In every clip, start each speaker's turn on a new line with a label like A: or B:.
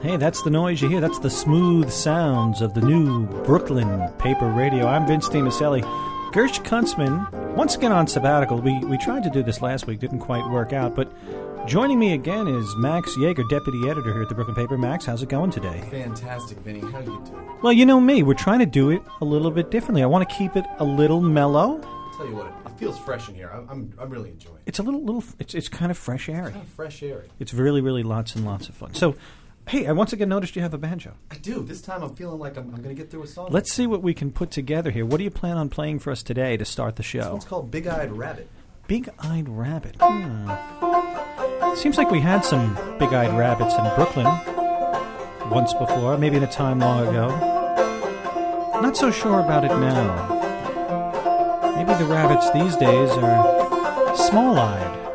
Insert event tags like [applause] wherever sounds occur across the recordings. A: Hey, that's the noise you hear. That's the smooth sounds of the new Brooklyn paper radio. I'm Vince DiMaselli. Gersh Kuntzman, once again on sabbatical. We, we tried to do this last week, didn't quite work out, but joining me again is Max Yeager, deputy editor here at the Brooklyn Paper. Max, how's it going today?
B: Fantastic, Vinny. How you doing?
A: Well, you know me, we're trying to do it a little bit differently. I want to keep it a little mellow.
B: I'll tell you what, it feels fresh in here. I'm, I'm, I'm really enjoying it.
A: It's a little, little, it's, it's kind of fresh airy.
B: Kind of fresh air.
A: It's really, really lots and lots of fun. So, hey, I once again noticed you have a banjo.
B: I do. This time I'm feeling like I'm, I'm going to get through a song.
A: Let's see what we can put together here. What do you plan on playing for us today to start the
B: This
A: show?
B: one's called Big Eyed Rabbit.
A: Big Eyed Rabbit. Hmm. Seems like we had some big eyed rabbits in Brooklyn once before, maybe in a time long ago. Not so sure about it now. Maybe the rabbits these days are small eyed.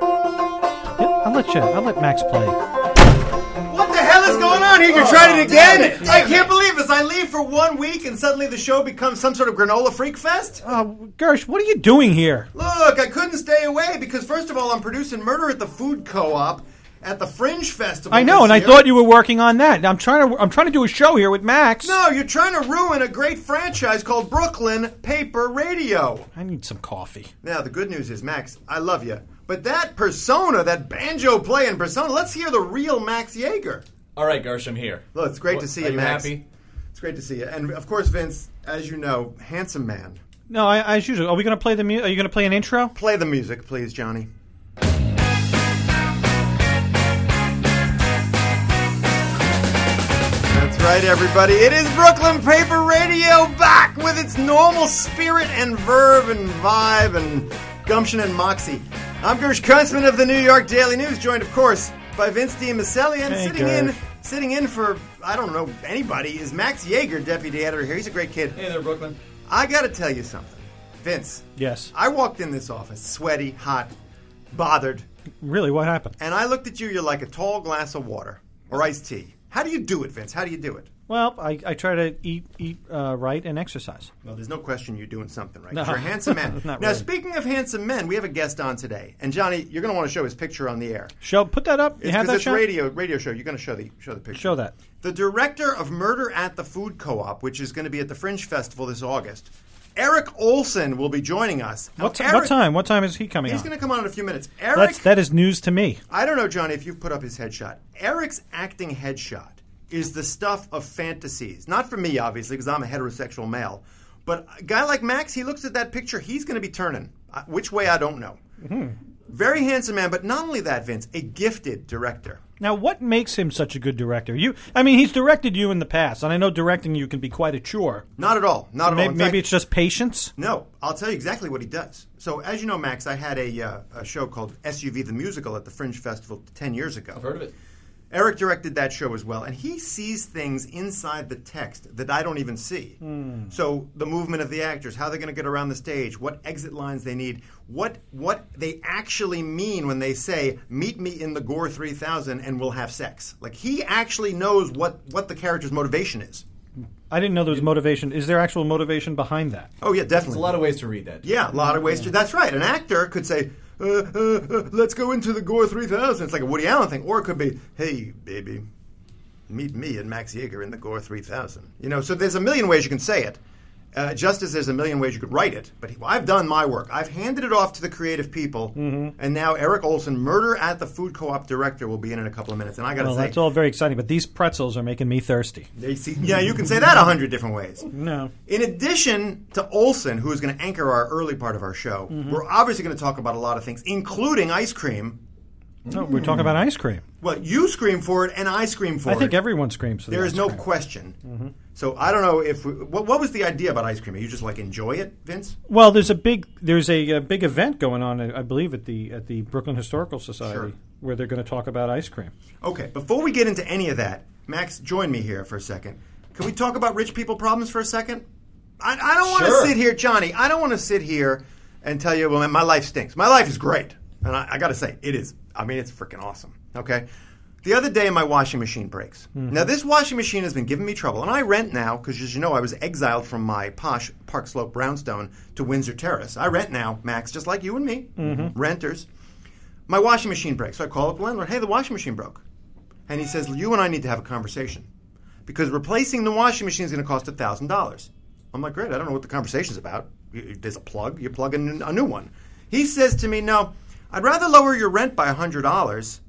A: I'll let you, I'll let Max play.
C: What the hell is going on here? You tried it again? I can't believe this. I leave for one week and suddenly the show becomes some sort of granola freak fest?
A: Uh, Gersh, what are you doing here?
C: Look, I couldn't stay away because, first of all, I'm producing Murder at the Food Co op at the Fringe Festival.
A: I know,
C: this
A: and I
C: year.
A: thought you were working on that. I'm trying to, I'm trying to do a show here with Max.
C: No, you're trying to ruin a great franchise called Brooklyn Paper Radio.
A: I need some coffee.
C: Now, the good news is, Max, I love you. But that persona, that banjo playing persona, let's hear the real Max Yeager.
B: All right, Gersh, I'm here.
C: Look, it's great
B: What-
C: to see
B: are
C: you,
B: you
C: Max.
B: happy?
C: It's great to see you. And of course, Vince, as you know, handsome man.
A: No, I, as usual. Are we going to play the mu- Are you going to play an intro?
C: Play the music, please, Johnny. That's right, everybody. It is Brooklyn Paper Radio back with its normal spirit and verve and vibe and gumption and moxie. I'm Gersh Kuntzman of the New York Daily News, joined, of course, by Vince DiMaselli. And
A: Hey,
C: sitting in,
A: Gersh.
C: sitting in for I don't know anybody is Max Yeager, deputy editor here. He's a great kid.
B: Hey there, Brooklyn.
C: I got to tell you something, Vince.
A: Yes.
C: I walked in this office sweaty, hot, bothered,
A: Really, what happened?
C: and I looked at you, you're like a tall glass of water or iced tea. How do you do it, Vince? How do you do it?
A: Well, I, I try to eat eat uh, right and exercise.
C: Well, there's no question you're doing something right.
A: No.
C: You're a handsome man.
A: [laughs] Not
C: now,
A: really.
C: speaking of handsome men, we have a guest on today. And Johnny, you're going to want to show his picture on the air.
A: Show put that up. You
C: It's
A: have
C: 'cause
A: that
C: it's
A: show.
C: radio radio show. You're going to show the show the picture.
A: Show that.
C: The director of Murder at the Food Co-op, which is going to be at the Fringe Festival this August, Eric Olson will be joining us. Now,
A: What, ti-
C: Eric-
A: what time? What time is he coming
C: He's
A: on?
C: going to come on in a few minutes. Eric
A: That's that is news to me.
C: I don't know, Johnny, if you've put up his headshot. Eric's acting headshot is the stuff of fantasies. Not for me, obviously, because I'm a heterosexual male. But a guy like Max, he looks at that picture, he's going to be turning. Uh, Which way, I don't know.
A: Mm-hmm.
C: Very handsome man, but not only that, Vince, a gifted director.
A: Now, what makes him such a good director? You, I mean, he's directed you in the past, and I know directing you can be quite a chore.
C: Not at all. Not at all.
A: Maybe,
C: In fact-
A: maybe it's just patience.
C: No, I'll tell you exactly what he does. So, as you know, Max, I had a, uh, a show called SUV the Musical at the Fringe Festival 10 years ago.
B: I've heard of it.
C: Eric directed that show as well, and he sees things inside the text that I don't even see. So the movement of the actors, how they're going to get around the stage, what exit lines they need, what what they actually mean when they say "meet me in the Gore 3000" and we'll have sex. Like he actually knows what what the character's motivation is.
A: I didn't know there was motivation. Is there actual motivation behind that?
C: Oh yeah, definitely.
B: There's a lot of ways to read that.
C: Yeah, a lot of ways to. That's right. An actor could say, uh, uh, uh, "Let's go into the Gore 3000." It's like a Woody Allen thing, or it could be, "Hey, baby, meet me and Max Yeager in the Gore 3000." You know, so there's a million ways you can say it. Uh, just as there's a million ways you could write it, but I've done my work. I've handed it off to the creative people,
A: Mm-hmm.
C: and now Eric Olson, Murder at the Food Co-op director, will be in in a couple of minutes. And I got to
A: Well,
C: say,
A: that's all very exciting, but these pretzels are making me thirsty. [laughs]
C: they see, yeah, you can say that a hundred different ways.
A: No.
C: In addition to Olson, who is going to anchor our early part of our show,
A: Mm-hmm.
C: we're obviously going to talk about a lot of things, including ice cream.
A: No, we're talking about ice cream.
C: Well, you scream for it, and I scream for
A: I
C: it.
A: think everyone screams for the
C: there is
A: ice
C: no
A: cream.
C: question.
A: Mm-hmm.
C: So I don't know if we, what, what was the idea about ice cream? You just like enjoy it, Vince?
A: Well, there's a big there's a, uh big event going on, I I believe, at the at the Brooklyn Historical Society
C: Sure.
A: where they're going to talk about ice cream.
C: Okay. Before we get into any of that, Max, join me here for a second. Can we talk about rich people problems for a second? I, I don't want to
B: Sure.
C: sit here, Johnny. I don't want to sit here and tell you, well, man, my life stinks. My life is great, and I, I got to say, it is. I mean, it's freaking awesome. Okay. The other day, my washing machine breaks. Now, this washing machine has been giving me trouble, and I rent now because, as you know, I was exiled from my posh Park Slope brownstone to Windsor Terrace. I rent now, Max, just like you and me, renters. My washing machine breaks. So I call up the landlord. Hey, the washing machine broke. and he says, "You and I need to have a conversation because replacing the washing machine is going to cost thousand dollars." I'm like, "Great, I don't know what the conversation's about. Y- y- There's a plug. You plug in a new one." He says to me, "No, I'd rather lower your rent by hundred dollars."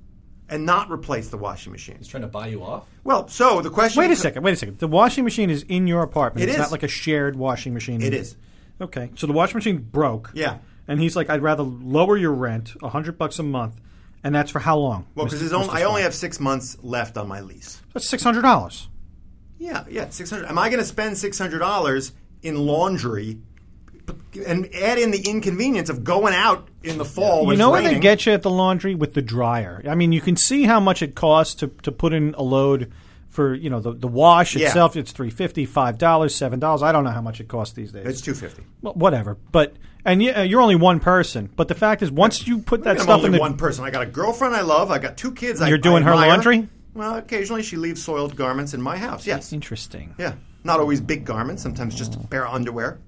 C: And not replace the washing machine.
B: He's trying to buy you off.
C: Well, so the question.
A: Wait a second. Wait a second. The washing machine is in your apartment.
C: It
A: it's
C: is.
A: not like a shared washing machine.
C: It is.
A: Okay. So the washing machine broke.
C: Yeah.
A: And he's like, I'd rather lower your rent, a hundred bucks a month, and that's for how long?
C: Well, because I only have six months left on my lease.
A: that's six hundred dollars.
C: Yeah, yeah, six hundred. Am I going to spend six hundred dollars in laundry, p- and add in the inconvenience of going out in the fall?
A: You
C: when
A: know
C: it's
A: where they
C: raining?
A: get you at the laundry with the dryer. I mean, you can see how much it costs to, to put in a load for you know the, the wash
C: Yeah.
A: itself. It's three fifty, five dollars, seven dollars. I don't know how much it costs these days.
C: It's two fifty.
A: well, whatever. But and yeah, you're only one person. But the fact is, once you put that
C: I'm
A: stuff
C: only
A: in the
C: one person. I got a girlfriend I love. I got two kids. I-
A: You're doing
C: I
A: her
C: admire.
A: laundry?
C: Well, occasionally she leaves soiled garments in my house. Yes.
A: interesting.
C: Yeah. Not always big garments, sometimes just a pair of underwear.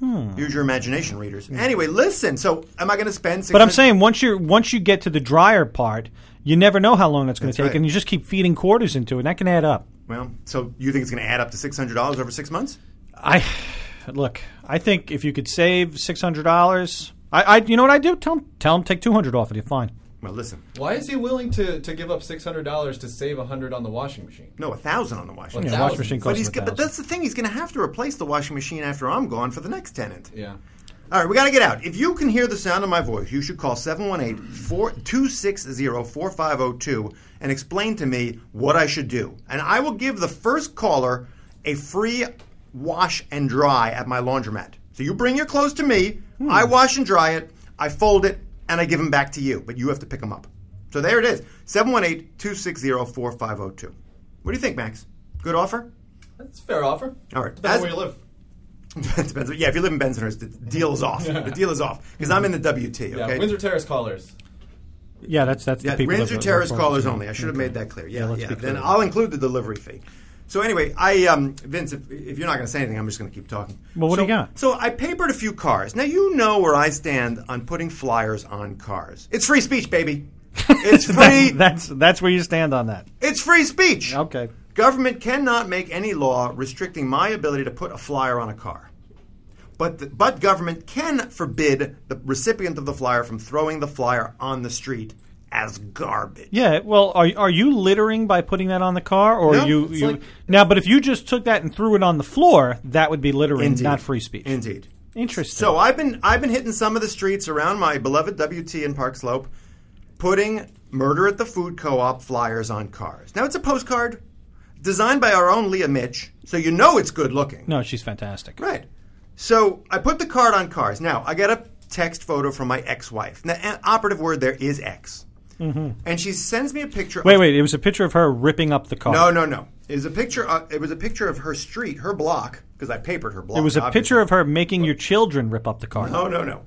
A: Hmm.
C: Use your imagination, readers. Anyway, listen. So, am I going to spend?
A: But I'm saying once you once you get to the dryer part, you never know how long that's going to take,
C: right.
A: and you just keep feeding quarters into it, and that can add up.
C: Well, so you think it's going to add up to six hundred dollars over six months?
A: I look. I think if you could save six hundred dollars, I, I you know what I do? Tell them tell them take two hundred off of you. Fine.
C: Well, listen.
B: Why is he willing to, to give up six hundred dollars to save a hundred on the washing machine?
C: No, a thousand on the washing.
B: Well,
A: Yeah,
C: machine.
B: that
A: washing
B: was-
A: machine
C: But
A: costs
C: he's
A: them a
C: but
A: thousand.
C: that's the thing. He's going to have to replace the washing machine after I'm gone for the next tenant.
B: Yeah.
C: All right, we got to get out. If you can hear the sound of my voice, you should call 718-260-4502 and explain to me what I should do. And I will give the first caller a free wash and dry at my laundromat. So you bring your clothes to me, I wash and dry it, I fold it, and I give them back to you, but you have to pick them up. So there it is. 718-260-4502. What do you think, Max? Good offer? [laughs]
B: That's a fair offer.
C: All right.
B: Depends
C: As-
B: on where you live.
C: It depends. Yeah, if you live in Bensonhurst, the deal is off. The deal is off because I'm in the WT. Okay.
B: Yeah. Windsor Terrace callers.
A: Yeah, that's that's
C: yeah,
A: the people.
C: Windsor
A: that-
C: Terrace
A: that- [laughs]
C: callers only. I should have made that clear. Yeah, yeah.
A: let's be
C: Then
A: clear.
C: I'll include the delivery fee. So anyway, I um, Vince, if, if you're not going to say anything, I'm just going to keep talking.
A: Well, what
C: so,
A: do you got?
C: So I papered a few cars. Now you know where I stand on putting flyers on cars. It's free speech,
A: [laughs]
C: baby. It's free.
A: That- that's that's where you stand on that.
C: It's free speech.
A: Okay.
C: Government cannot make any law restricting my ability to put a flyer on a car. But, the, but government can forbid the recipient of the flyer from throwing the flyer on the street as garbage.
A: Yeah. Well, are are you littering by putting that on the car, or
C: No,
A: you,
C: it's
A: you
C: like-
A: now? But if you just took that and threw it on the floor, that would be littering,
C: Indeed.
A: not free speech.
C: Indeed.
A: Interesting.
C: So I've been I've been hitting some of the streets around my beloved WT in Park Slope, putting "Murder at the Food Co-op" flyers on cars. Now it's a postcard designed by our own Leah Mitch, so you know it's good looking.
A: no, she's fantastic.
C: Right. So I put the card on cars. Now I got a text photo from my ex-wife. Now, an operative word there is ex, and she sends me a picture.
A: Mm-hmm. Wait,
C: of,
A: wait. It was a picture of her ripping up the car.
C: No, no, no. It was a picture. Of, it was a picture of her street, her block, because I papered her block.
A: It was a
C: obviously.
A: picture of her making your children rip up the car.
C: No, no, no.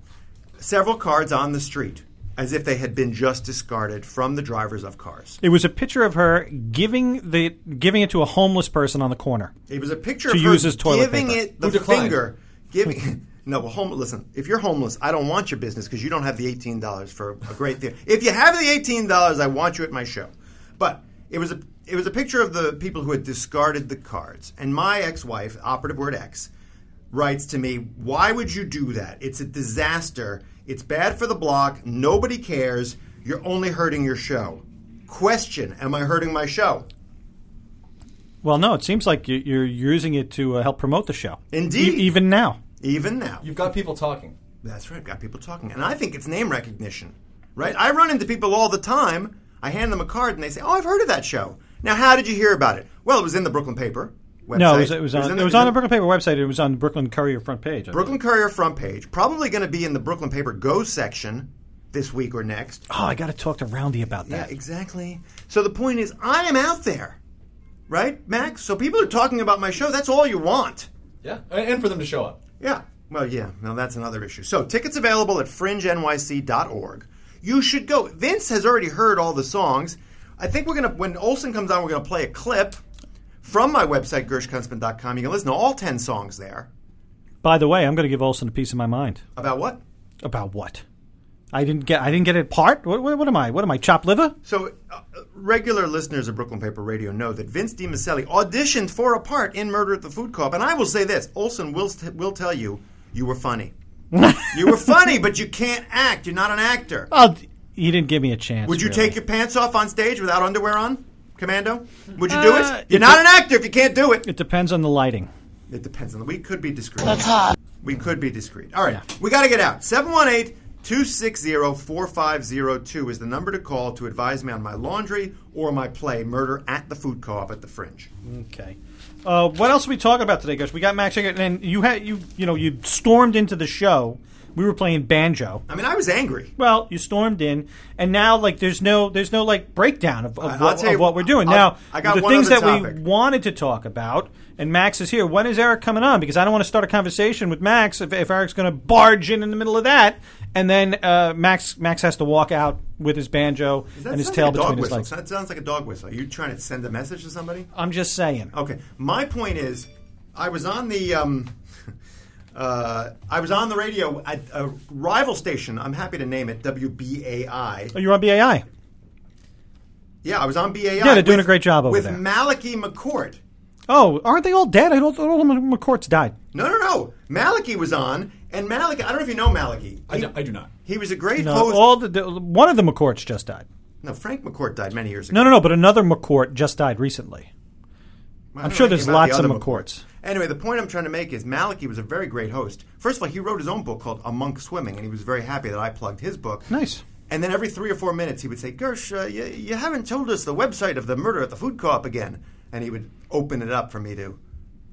C: Several cards on the street, as if they had been just discarded from the drivers of cars.
A: It was a picture of her giving the giving it to a homeless person on the corner.
C: It was a picture
A: To
C: of
A: use
C: her
A: as toilet
C: giving
A: paper.
C: it the
B: Who declined?
C: finger,
A: [laughs]
C: giving. No, well, home, listen. If you're homeless, I don't want your business because you don't have the eighteen dollars for a great theater. If you have the eighteen dollars, I want you at my show. But it was a it was a picture of the people who had discarded the cards. And my ex-wife, operative word X, writes to me, "Why would you do that? It's a disaster. It's bad for the block. Nobody cares. You're only hurting your show." Question: Am I hurting my show?
A: Well, no, it seems like you- you're using it to uh, help promote the show.
C: Indeed.
A: E- even now.
C: Even now,
B: You've got people talking.
C: That's right. Got people talking, and I think it's name recognition, right? I run into people all the time. I hand them a card, and they say, "Oh, I've heard of that show." Now, how did you hear about it? Well, it was in the Brooklyn paper. Website.
A: No, it was, it was on
C: in
A: it was
C: in
A: on the Brooklyn Paper website. It was on the Brooklyn Courier front page. I think.
C: Brooklyn Courier front page. Probably going to be in the Brooklyn Paper Go section this week or next.
A: Oh, I got to talk to Roundy about
C: Yeah,
A: that.
C: exactly. So the point is, I am out there, right, Max? So people are talking about my show. That's all you want.
B: Yeah. And and for them to show up.
C: Yeah. Well, yeah. Now that's another issue. So tickets available at fringenyc.org. You should go. Vince has already heard all the songs. I think we're gonna when Olson comes on, we're gonna play a clip from my website gershkunstman.com. You can listen to all ten songs there.
A: By the way, I'm going to give Olson a piece of my mind.
C: About what?
A: About what? I didn't get. I didn't get it. Part. What, what, what am I? What am I? Chopped liver?
C: So, uh, regular listeners of Brooklyn Paper Radio know that Vince DiMaselli auditioned for a part in Murder at the Food Co-op, and I will say this: Olson will st- will tell you, you were funny. you were funny, but you can't act. You're not an actor.
A: Oh, he didn't give me a chance.
C: Would you
A: really.
C: take your pants off on stage without underwear on, Commando? Would you do
A: Uh,
C: it? You're
A: it
C: not
A: de-
C: an actor if you can't do it.
A: It depends on the lighting.
C: It depends on the. We could be discreet. We could be discreet. All right. We got to get out. 718 260 4502 is the number to call to advise me on my laundry or my play, Murder at the Food Co op at the Fringe.
A: Okay. Uh, what else are we talking about today, Gush? We got Max Jacob, and you had you you know you stormed into the show. We were playing banjo.
C: I mean, I was angry.
A: Well, you stormed in, and now like there's no there's no like breakdown of,
C: I'll
A: of, what,
C: tell you-
A: of what we're doing.
C: I'll-
A: now
C: I got
A: the
C: one
A: things
C: other
A: that
C: topic.
A: we wanted to talk about, and Max is here. When is Eric coming on? Because I don't want to start a conversation with Max if, if Eric's going to barge in in the middle of that, and then uh, Max Max has to walk out with his banjo and his
C: sounds
A: tail
C: like a dog
A: between his
C: whistle.
A: legs.
C: That sounds like a dog whistle. Are you trying to send a message to somebody?
A: I'm just saying.
C: Okay. My point is, I was on the. Um, [laughs] Uh, I was on the radio at a rival station. I'm happy to name it WBAI.
A: Oh, you're on BAI.
C: Yeah, I was on BAI.
A: Yeah, they're doing a great job over
C: with
A: there.
C: Malachi McCourt.
A: Oh, aren't they all dead? I don't. All of them McCourt's died.
C: No, no, no. Malachi was on, and Malachi. I don't know if you know Malachi.
B: I do, I do not.
C: He was a great
A: No,
C: host.
A: all the, the one of the McCourts just died.
C: no, Frank McCourt died many years ago.
A: No, no, no. But another McCourt just died recently.
C: Well, I
A: I'm
C: don't
A: sure
C: know
A: there's
C: anything about
A: lots
C: the
A: of
C: other
A: McCourts.
C: Anyway, the point I'm trying to make is Malachi was a very great host. First of all, he wrote his own book called A Monk Swimming, and he was very happy that I plugged his book.
A: Nice.
C: And then every three or four minutes, he would say, Gersh, uh, you, you haven't told us the website of the murder at the food co-op again. And he would open it up for me to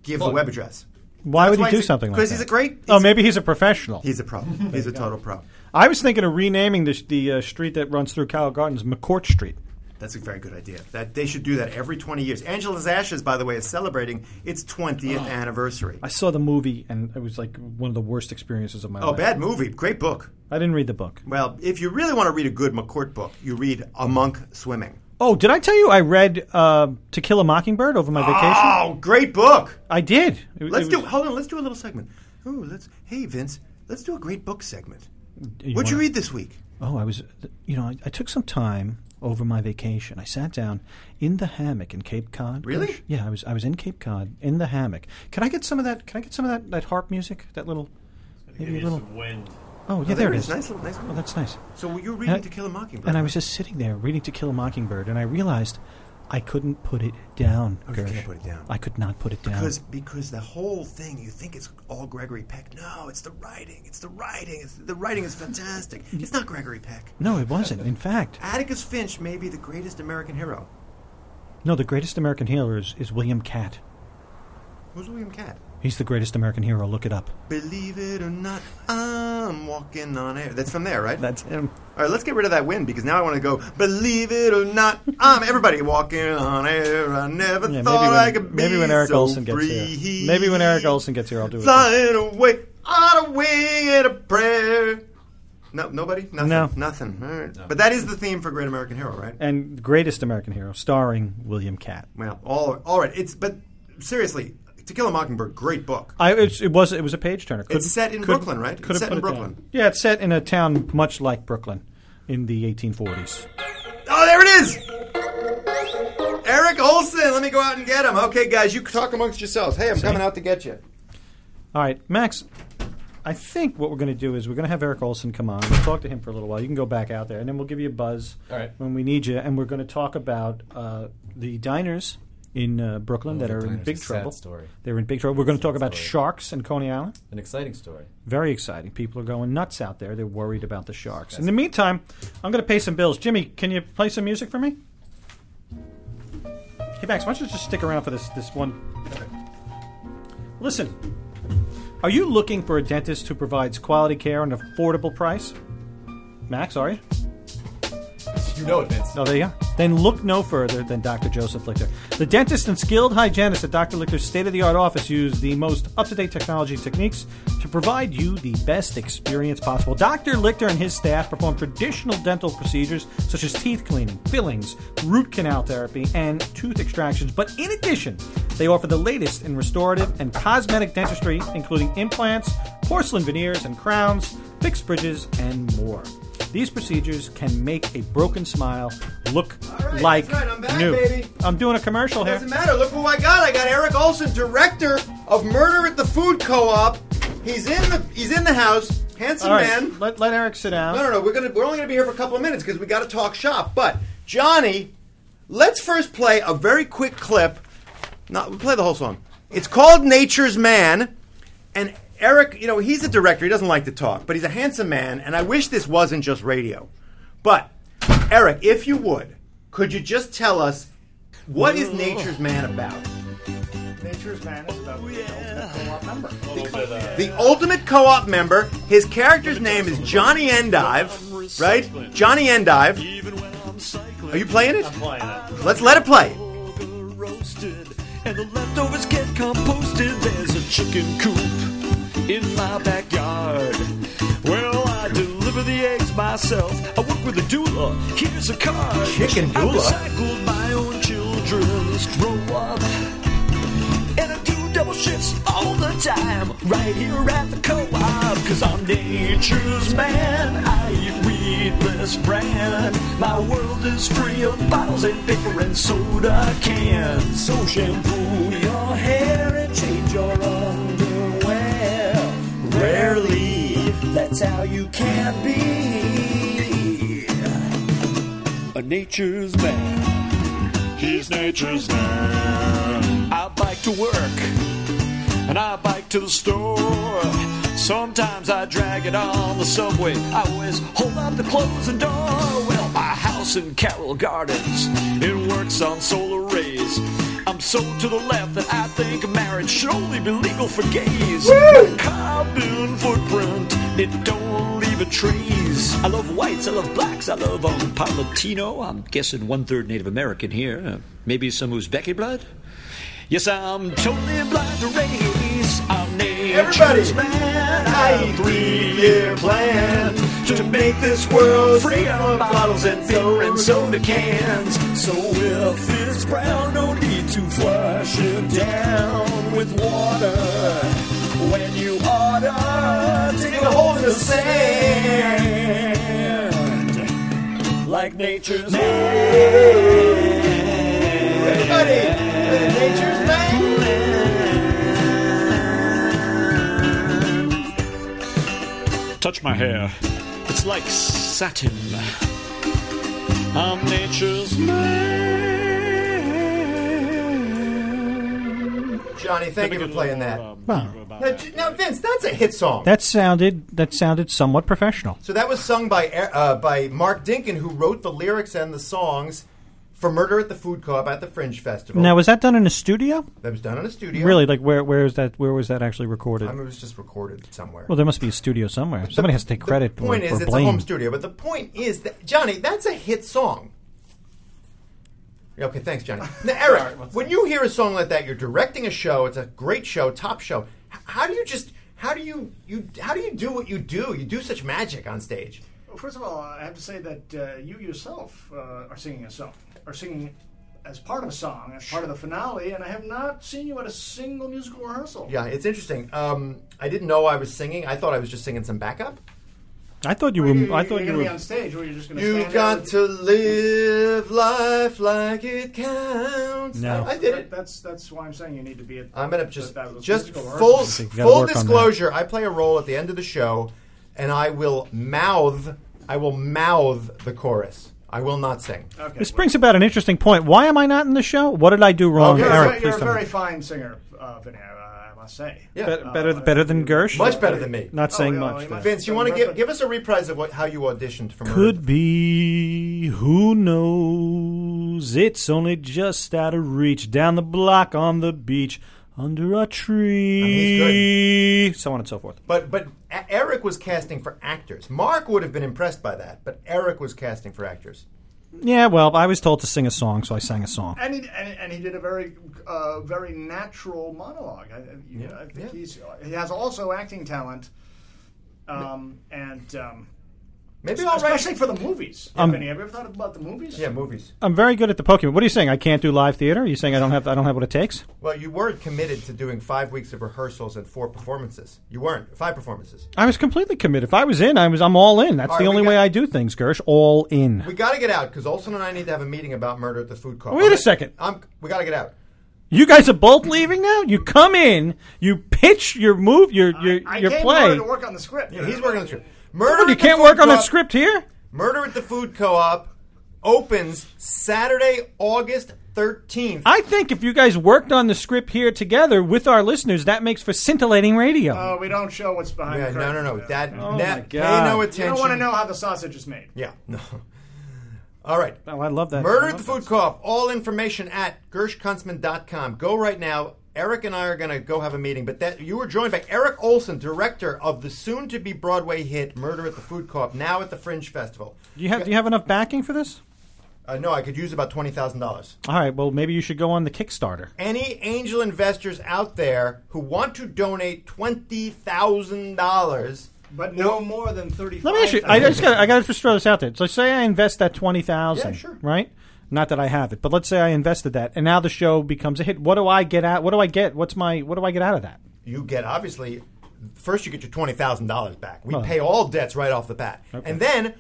C: give the
B: Well,
C: web address.
A: Why
C: That's
A: would he do
C: he's-
A: something like that?
C: Because he's a great...
A: Oh,
C: he's-
A: maybe he's a professional.
C: He's
A: [laughs]
C: a pro. He's a total pro.
A: I was thinking of renaming the, the uh, street that runs through Cowell Gardens McCourt Street.
C: That's a very good idea. That They should do that every 20 years. Angela's Ashes, by the way, is celebrating its 20th anniversary.
A: Oh. I saw the movie and it was like one of the worst experiences of my
C: Oh,
A: life.
C: bad movie. Great book.
A: I didn't read the book.
C: Well, if you really want to read a good McCourt book, you read A Monk Swimming.
A: Oh, did I tell you I read uh, To Kill a Mockingbird over my vacation?
C: Oh, great book.
A: I did. It- it
C: Let's do.
A: was-
C: Hold on. Let's do a little segment. Ooh, let's. Hey, Vince. Let's do a great book segment.
A: You
C: What'd
A: wanna-
C: you read this week?
A: Oh, I was, you know, I, I took some time over my vacation. I sat down in the hammock in Cape Cod.
C: Really?
A: Gosh, Yeah, I was I was in Cape Cod in the hammock. Can I get some of that? Can I get some of that, that harp music? That little, maybe a little.
D: wind.
A: Oh, yeah, there it
C: it
A: is.
C: Nice little. Nice
A: Oh,
C: one.
A: that's nice.
C: So were you reading
A: And-
C: To Kill a Mockingbird?
A: And I was just sitting there reading To Kill a Mockingbird, and I realized I couldn't put it down.
C: Oh, you
A: Gersh.
C: can't put it down.
A: I could not put it down.
C: because because the whole thing you think it's all Gregory Peck. No, it's the writing. It's the writing. It's the writing
A: [laughs]
C: is fantastic. It's not Gregory Peck.
A: no, it wasn't. In fact,
C: [laughs] Atticus Finch may be the greatest American hero.
A: no. The greatest American hero is, is William Cat.
C: Who's William Cat?
A: He's the greatest American hero. Look it up.
C: Believe it or not, I'm walking on air. That's from there, right?
A: That's him.
C: All right, let's get rid of that wind because now I want to go. Believe it or not, I'm everybody walking on air. I never
A: Yeah, maybe
C: thought
A: when,
C: I could be
A: maybe when Eric
C: so
A: Olson gets
C: free.
A: here. Maybe when Eric Olson gets here, I'll do it.
C: Flying away on a wing and a prayer. No, nobody, nothing,
A: No.
C: nothing. All right. But that is the theme for Great American Hero, right?
A: And greatest American hero, starring William Cat.
C: Well, all all right. It's but seriously, To Kill a Mockingbird, great book.
A: I it's, it was it was a page turner. Couldn't-
C: set in
A: couldn't-
C: Brooklyn, right? It's
A: couldn't
C: set
A: put
C: in
A: it down.
C: Brooklyn.
A: Yeah, it's set in a town much like Brooklyn in the 1840s.
C: Oh, there it is! Eric Olson, let me go out and get him. Okay, guys, you talk amongst yourselves. Hey, I'm coming out to get you.
A: All right, Max. I think what we're going to do is we're going to have Eric Olson come on. We'll talk to him for a little while. You can go back out there, and then we'll give you a buzz
B: All right.
A: when we need you. And we're going to talk about uh, the diners in uh, Brooklyn that
B: Oh,
A: are in
B: the diners,
A: big
B: a sad
A: trouble.
B: story.
A: They're in big trouble. We're going to talk about
B: story.
A: sharks in Coney Island.
B: An exciting story.
A: Very exciting. People are going nuts out there. They're worried about the sharks. In the meantime, I'm going to pay some bills. Jimmy, can you play some music for me? Hey, Max, why don't you just stick around for this this one? Listen, are you looking for a dentist who provides quality care at an affordable price? Max, are you?
B: You know it, Vince.
A: Oh, there you are. Then look no further than Dr. Joseph Lichter. The dentist and skilled hygienist at Dr. Lichter's state of the art office use the most up to date technology and techniques to provide you the best experience possible. Dr. Lichter and his staff perform traditional dental procedures such as teeth cleaning, fillings, root canal therapy, and tooth extractions. But in addition, they offer the latest in restorative and cosmetic dentistry, including implants, porcelain veneers and crowns, fixed bridges, and more. These procedures can make a broken smile look
C: right,
A: like
C: that's right, I'm back,
A: new.
C: baby.
A: I'm doing a commercial here.
C: Doesn't matter. Look who I got. I got Eric Olson, director of Murder at the Food Co-op. He's in the he's in the house. Handsome
A: All right,
C: man.
A: let, let Eric sit down.
C: No, no, no. We're gonna we're only gonna be here for a couple of minutes because we got to talk shop. But Johnny, let's first play a very quick clip. Not we'll play the whole song. It's called Nature's Man, and Eric, you know, he's a director. He doesn't like to talk, but he's a handsome man, and I wish this wasn't just radio. But Eric, if you would, could you just tell us what is Nature's Man about?
D: Nature's Man is about the ultimate co-op member.
C: The ultimate co-op member. His character's name is Johnny Endive, right? Johnny Endive.
E: Even when I'm cycling,
C: Are you playing it?
D: Playing it.
C: Let's let it play.
E: Bulgur roasted, and the leftovers get composted. There's a chicken coop in my backyard. Well, I deliver the eggs myself. I work with a doula. Here's a card.
C: Chicken
E: I
C: doula?
E: recycled my own children's grow up. And I do double shifts all the time, right here at the co-op. Cause I'm nature's man. I eat weedless bran. My world is free of bottles and paper and soda cans. So shampoo your hair and change your underwear. Rarely, that's how you can be a nature's man. He's nature's man. I bike to work and I bike to the store. Sometimes I drag it on the subway. I always hold up the closing door. Well, my house in Carroll Gardens, it works on solar rays. I'm so to the left that I think marriage should only be legal for gays. Carbon footprint, it don't leave a trace. I love whites, I love blacks, I love um, part Latino. I'm guessing one third Native American here. Uh, Maybe some Uzbeki blood. Yes, I'm totally blind to race. I'm nature's
C: Everybody.
E: man. I eat three-year plan to make this world free of bottles and beer and soda cans. So if it's brown, no need to flush it down with water. When you order, dig a hole in the sand like nature's man.
C: Buddy, nature's man.
E: Touch my hair. It's like satin. I'm nature's man.
C: Johnny, thank you for playing that.
E: um,
A: Wow.
E: uh,
C: Now, J- now, Vince, that's a hit song.
A: That sounded that sounded somewhat professional.
C: so that was sung by Er- uh, by Mark Dinkin, who wrote the lyrics and the songs for "Murder at the Food Co-op" at the Fringe Festival.
A: Now was that done in a studio?
C: that was done in a studio.
A: Really? Like where where is that where was that actually recorded?
C: I mean, it was just recorded somewhere.
A: well, there must be a studio somewhere. Somebody has to take credit
C: the point
A: or,
C: is,
A: or
C: it's
A: blame.
C: a home studio. But the point is that Johnny, that's a hit song. Yeah, Okay, thanks, Johnny. Now, Eric, when you hear a song like that, you're directing a show. It's a great show, top show. H- How do you just? How do you you? How do you do what you do? You do such magic on stage.
D: Well, First of all, I have to say that uh, you yourself uh, are singing a song, are singing as part of a song, as part of the finale, and I have not seen you at a single musical rehearsal.
C: Yeah, it's interesting. Um, I didn't know I was singing. I thought I was just singing some backup.
A: I thought you
D: Or you-
A: were. I thought
D: you're
A: you
D: gonna be
A: were.
D: on stage, or you're just going
C: You got to live life like it counts.
A: No.
C: I, I did it.
D: That's that's why I'm saying you need to be at.
C: I'm gonna just
D: that was
C: just
D: musical
C: full
D: rehearsal.
A: You gotta
C: full
A: work on that.
C: disclosure. I play a role at the end of the show, and I will mouth I will mouth the chorus. I will not sing.
D: Okay,
A: This
D: well,
A: brings about an interesting point. Why am I not in the show? What did I do wrong,
C: Okay,
D: You're, a
A: Eric?
D: ve-
A: please
D: you're a
A: tell me.
D: very fine singer, uh, Vinay, uh, I must say.
C: Yeah.
A: Be- better, better than Gersh.
C: Much better than me.
A: Not saying
D: yeah, well,
A: much.
D: you
A: then.
D: must-
C: Vince, you want to give give us a reprise of what, how you auditioned for Murder?
A: Could be. Who knows? It's only just out of reach. Down the block, on the beach, under a tree.
C: he's
A: So on and so forth.
C: But but E- Eric was casting for actors. Mark would have been impressed by that, but Eric was casting for actors.
A: Yeah, well, I was told to sing a song, so I sang a song.
D: And he, and, and he did a very, uh, very natural monologue. I, I- you know, I think
C: yeah.
D: he's he has also acting talent, um, and um,
C: Maybe I'll write.
D: Especially for the movies.
A: Um,
D: Benny, have you ever thought about the movies?
C: Yeah, movies.
A: I'm very good at the Pokemon. What are you saying? I can't do live theater? Are you saying I don't have I don't have what it takes?
C: Well, you weren't committed to doing five weeks of rehearsals and four performances. You weren't five performances.
A: I was completely committed. If I was in, I was I'm all in. That's
C: All
A: the
C: right, we
A: only way
C: got-
A: I do things, Gersh. All in.
C: We got to get out because Olson and I need to have a meeting about murder at the food court.
A: Wait a second.
C: I'm, we got to get out.
A: You guys are both leaving now? You come in, you pitch your move your your,
D: I
A: your
D: came in
A: play.
D: order to work on the script.
C: Yeah, he's working on the script. Murder.
A: You
C: at the
A: can't
C: Food
A: work on
C: Co-op-
A: that script here?
C: Murder at the Food Co-op opens Saturday, August thirteenth.
A: I think if you guys worked on the script here together with our listeners, that makes for scintillating radio.
C: Oh.
D: Uh, we don't show what's behind.
C: Yeah,
D: the
C: no, no,
D: curtain.
C: no.
D: Yeah.
C: That,
A: Oh my
C: that pay
A: God.
C: no
A: You
D: You
C: attention.
D: don't want to know how the sausage is made.
C: Yeah, [laughs] no. All right.
A: oh, I love that.
C: Murder
A: I
C: at the
A: love
C: Food
A: that.
C: Co-op. All information at gershkunstman.com. Go right now. Eric and I are going to go have a meeting, but that you were joined by Eric Olson, director of the soon-to-be Broadway hit "Murder at the Food Co-op," now at the Fringe Festival.
A: Do you have do you have enough backing for this?
C: Uh, no, I could use about twenty thousand dollars.
A: All right, well maybe you should go on the Kickstarter.
C: any angel investors out there who want to donate twenty thousand dollars,
D: But no more than thirty.
A: Let me ask you. I just got. I got to just throw this out there. So say I invest that twenty thousand.
C: Yeah, sure.
A: Right. Not that I have it, but let's say I invested that, and now the show becomes a hit. What do I get out? What do I get? What's my? What do I get out of that?
C: you get obviously first you get your twenty thousand dollars back. We
A: Well-
C: pay all debts right off the bat, and then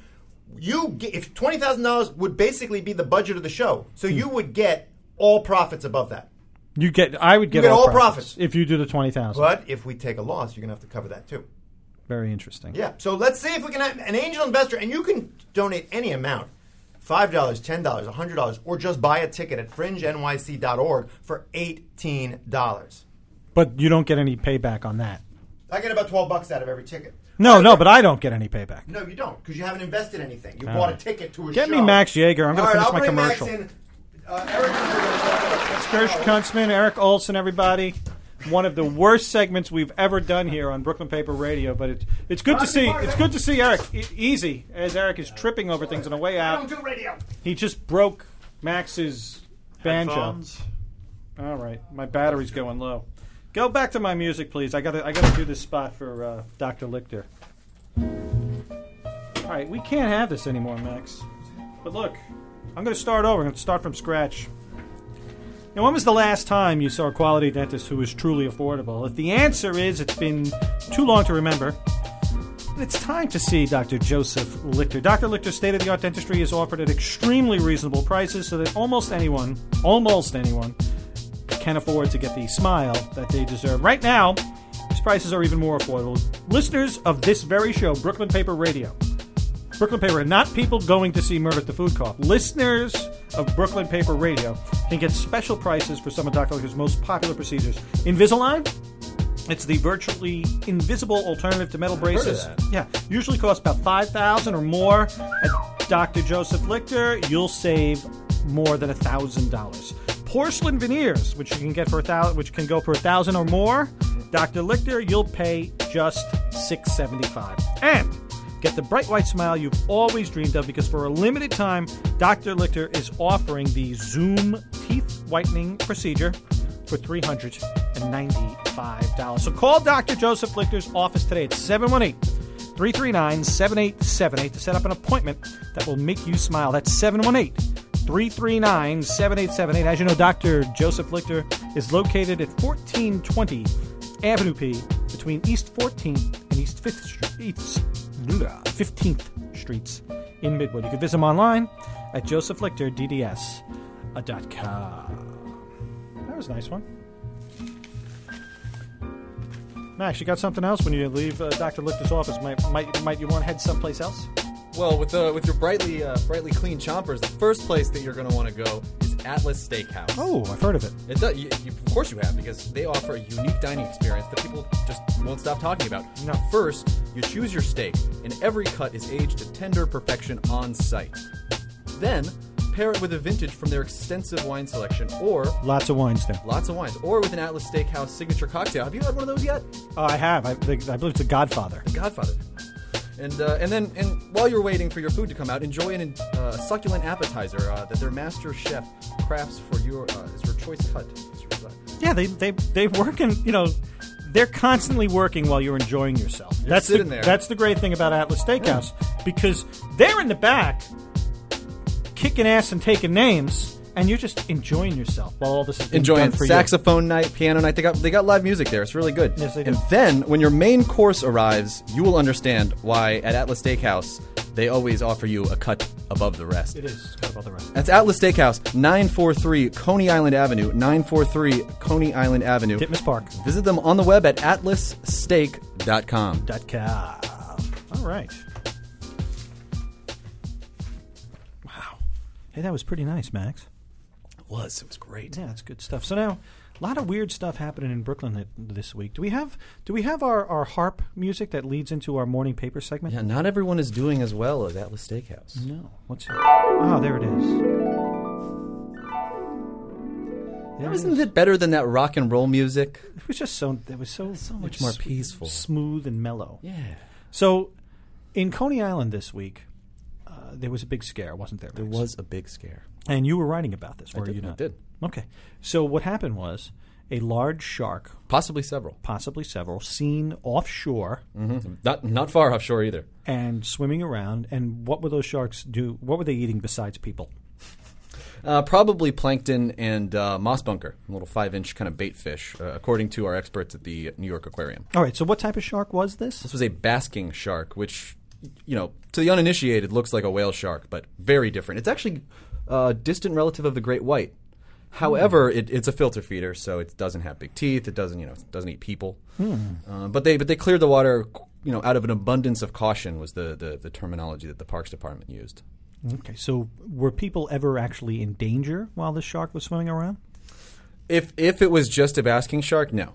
C: you get, if twenty thousand dollars would basically be the budget of the show, so
A: Hmm.
C: you would get all profits above that.
A: You get. I would get,
C: get all profits.
A: if you do the twenty thousand.
C: But if we take a loss, you're gonna have to cover that too.
A: Very interesting.
C: Yeah. So let's see if we can have an angel investor, and you can donate any amount. $5, $10, $100, or just buy a ticket at fringenyc.org for $18.
A: But you don't get any payback on that.
C: I get about 12 bucks out of every ticket.
A: No, no. But I don't get any payback.
C: No, you don't, because you haven't invested anything. You
A: All
C: bought a
A: right.
C: ticket to a
A: Get
C: show.
A: me Max Yeager. I'm gonna
C: All right,
A: finish
C: I'll
A: my
C: bring Max
A: commercial.
C: in. Uh, Eric, and we're gonna talk about-
A: Gersh Kuntzman, Eric Olson, everybody. One of the worst segments we've ever done here on Brooklyn Paper Radio, but it's it's good to see it's good to see Eric e- easy as Eric is tripping over things on the way
D: I
A: out.
D: don't do radio.
A: He just broke Max's banjo.
F: Headphones.
A: All right, my battery's going low. Go back to my music, please. I gotta I gotta do this spot for uh, Doctor Lichter. All right, we can't have this anymore, Max. But look, I'm gonna start over. I'm gonna start from scratch. Now, when was the last time you saw a quality dentist who was truly affordable? If the answer is it's been too long to remember, and it's time to see Dr. Joseph Lichter. Dr. Lichter's state of the art dentistry is offered at extremely reasonable prices so that almost anyone, almost anyone, can afford to get the smile that they deserve. Right now, these prices are even more affordable. Listeners of this very show, Brooklyn Paper Radio, Brooklyn Paper, not people going to see Murder at the Food Co-op. Listeners of Brooklyn Paper Radio can get special prices for some of Dr. Lichter's most popular procedures. Invisalign, it's the virtually invisible alternative to metal braces. Yeah, usually costs about five thousand or more. At Dr. Joseph Lichter, you'll save more than thousand dollars. Porcelain veneers, which you can get for a thousand, which can go for a thousand or more. Dr. Lichter, you'll pay just six seventy-five. And Get the bright white smile you've always dreamed of because for a limited time, Dr. Lichter is offering the Zoom teeth whitening procedure for $395. So call Dr. Joseph Lichter's office today at 718 339 7878 to set up an appointment that will make you smile. That's 718- 339 7878. As you know, Dr. Joseph Lichter is located at 1420 Avenue P between East 14th and East 5th Street, East 15th Streets in Midwood. You can visit him online at josephlichterdds.com. That was a nice one. Max, you got something else when you leave uh, Dr. Lichter's office? Might, might, might you want to head someplace else?
B: Well, with uh, with your brightly uh, brightly clean chompers, the first place that you're going to want to go is Atlas Steakhouse.
A: Oh, I've heard of it.
B: It does, you, you, of course you have, because they offer a unique dining experience that people just won't stop talking about.
A: No.
B: First, you choose your steak, and every cut is aged to tender perfection on site. Then, pair it with a vintage from their extensive wine selection, or
A: Lots of wines there.
B: lots of wines, or with an Atlas Steakhouse signature cocktail. Have you had one of those yet?
A: Oh, I have. I, think I believe it's a Godfather.
B: Godfather. And, uh, and then and while you're waiting for your food to come out, enjoy an uh, succulent appetizer uh, that their master chef crafts for your uh, is your choice cut.
A: Yeah, they they they work in you know they're constantly working while you're enjoying yourself. that's
B: sitting
A: the,
B: there.
A: That's the great thing about Atlas Steakhouse because they're in the back, kicking ass and taking names, and you're just enjoying yourself while all this is being
B: enjoying
A: done for you.
B: saxophone night, piano night. They got they got live music there. It's really good.
A: Yes, they do.
B: And then when your main course arrives, you will understand why at Atlas Steakhouse they always offer you a cut above the rest.
A: It is. It's kind of all the rest.
B: That's Atlas Steakhouse, 943 Coney Island Avenue, 943 Coney Island Avenue.
A: Ditmas Park.
B: Visit them on the web at atlassteak.com.
A: Dot com. All right. Wow. Hey, that was pretty nice, Max.
B: It was. It was great.
A: Yeah, that's good stuff. So now, a lot of weird stuff happening in Brooklyn that, this week. Do we have do we have our, our harp music that leads into our morning paper segment?
B: Yeah, not everyone is doing as well as Atlas Steakhouse.
A: No. What's it? Oh, there it is. There it
B: Isn't
A: is.
B: it better than that rock and roll music?
A: It was just so. It was so so
B: much more peaceful.
A: smooth and mellow.
B: Yeah.
A: So, in Coney Island this week, uh, there was a big scare, wasn't there? There
B: Was a big scare.
A: And you were writing about this, were
B: did,
A: you
B: I
A: not?
B: did.
A: Okay. So what happened was a large shark,
B: Possibly several.
A: possibly several, seen offshore
B: Mm. Mm-hmm. Not not far offshore either.
A: and swimming around. And what were those sharks do? What were they eating besides people?
B: Uh, probably plankton and uh, moss bunker, a little five inch kind of bait fish, uh, according to our experts at the New York Aquarium.
A: All right. So what type of shark was this?
B: This was a basking shark, which, you know, to the uninitiated looks like a whale shark, but very different. It's actually a distant relative of the great white. However, it, it's a filter feeder, so it doesn't have big teeth. It doesn't, you know, it doesn't eat people. Uh, but they but they cleared the water, you know, out of an abundance of caution was the, the, the terminology that the Parks Department used.
A: Okay. So were people ever actually in danger while the shark was swimming around?
B: If if it was just a basking shark, no,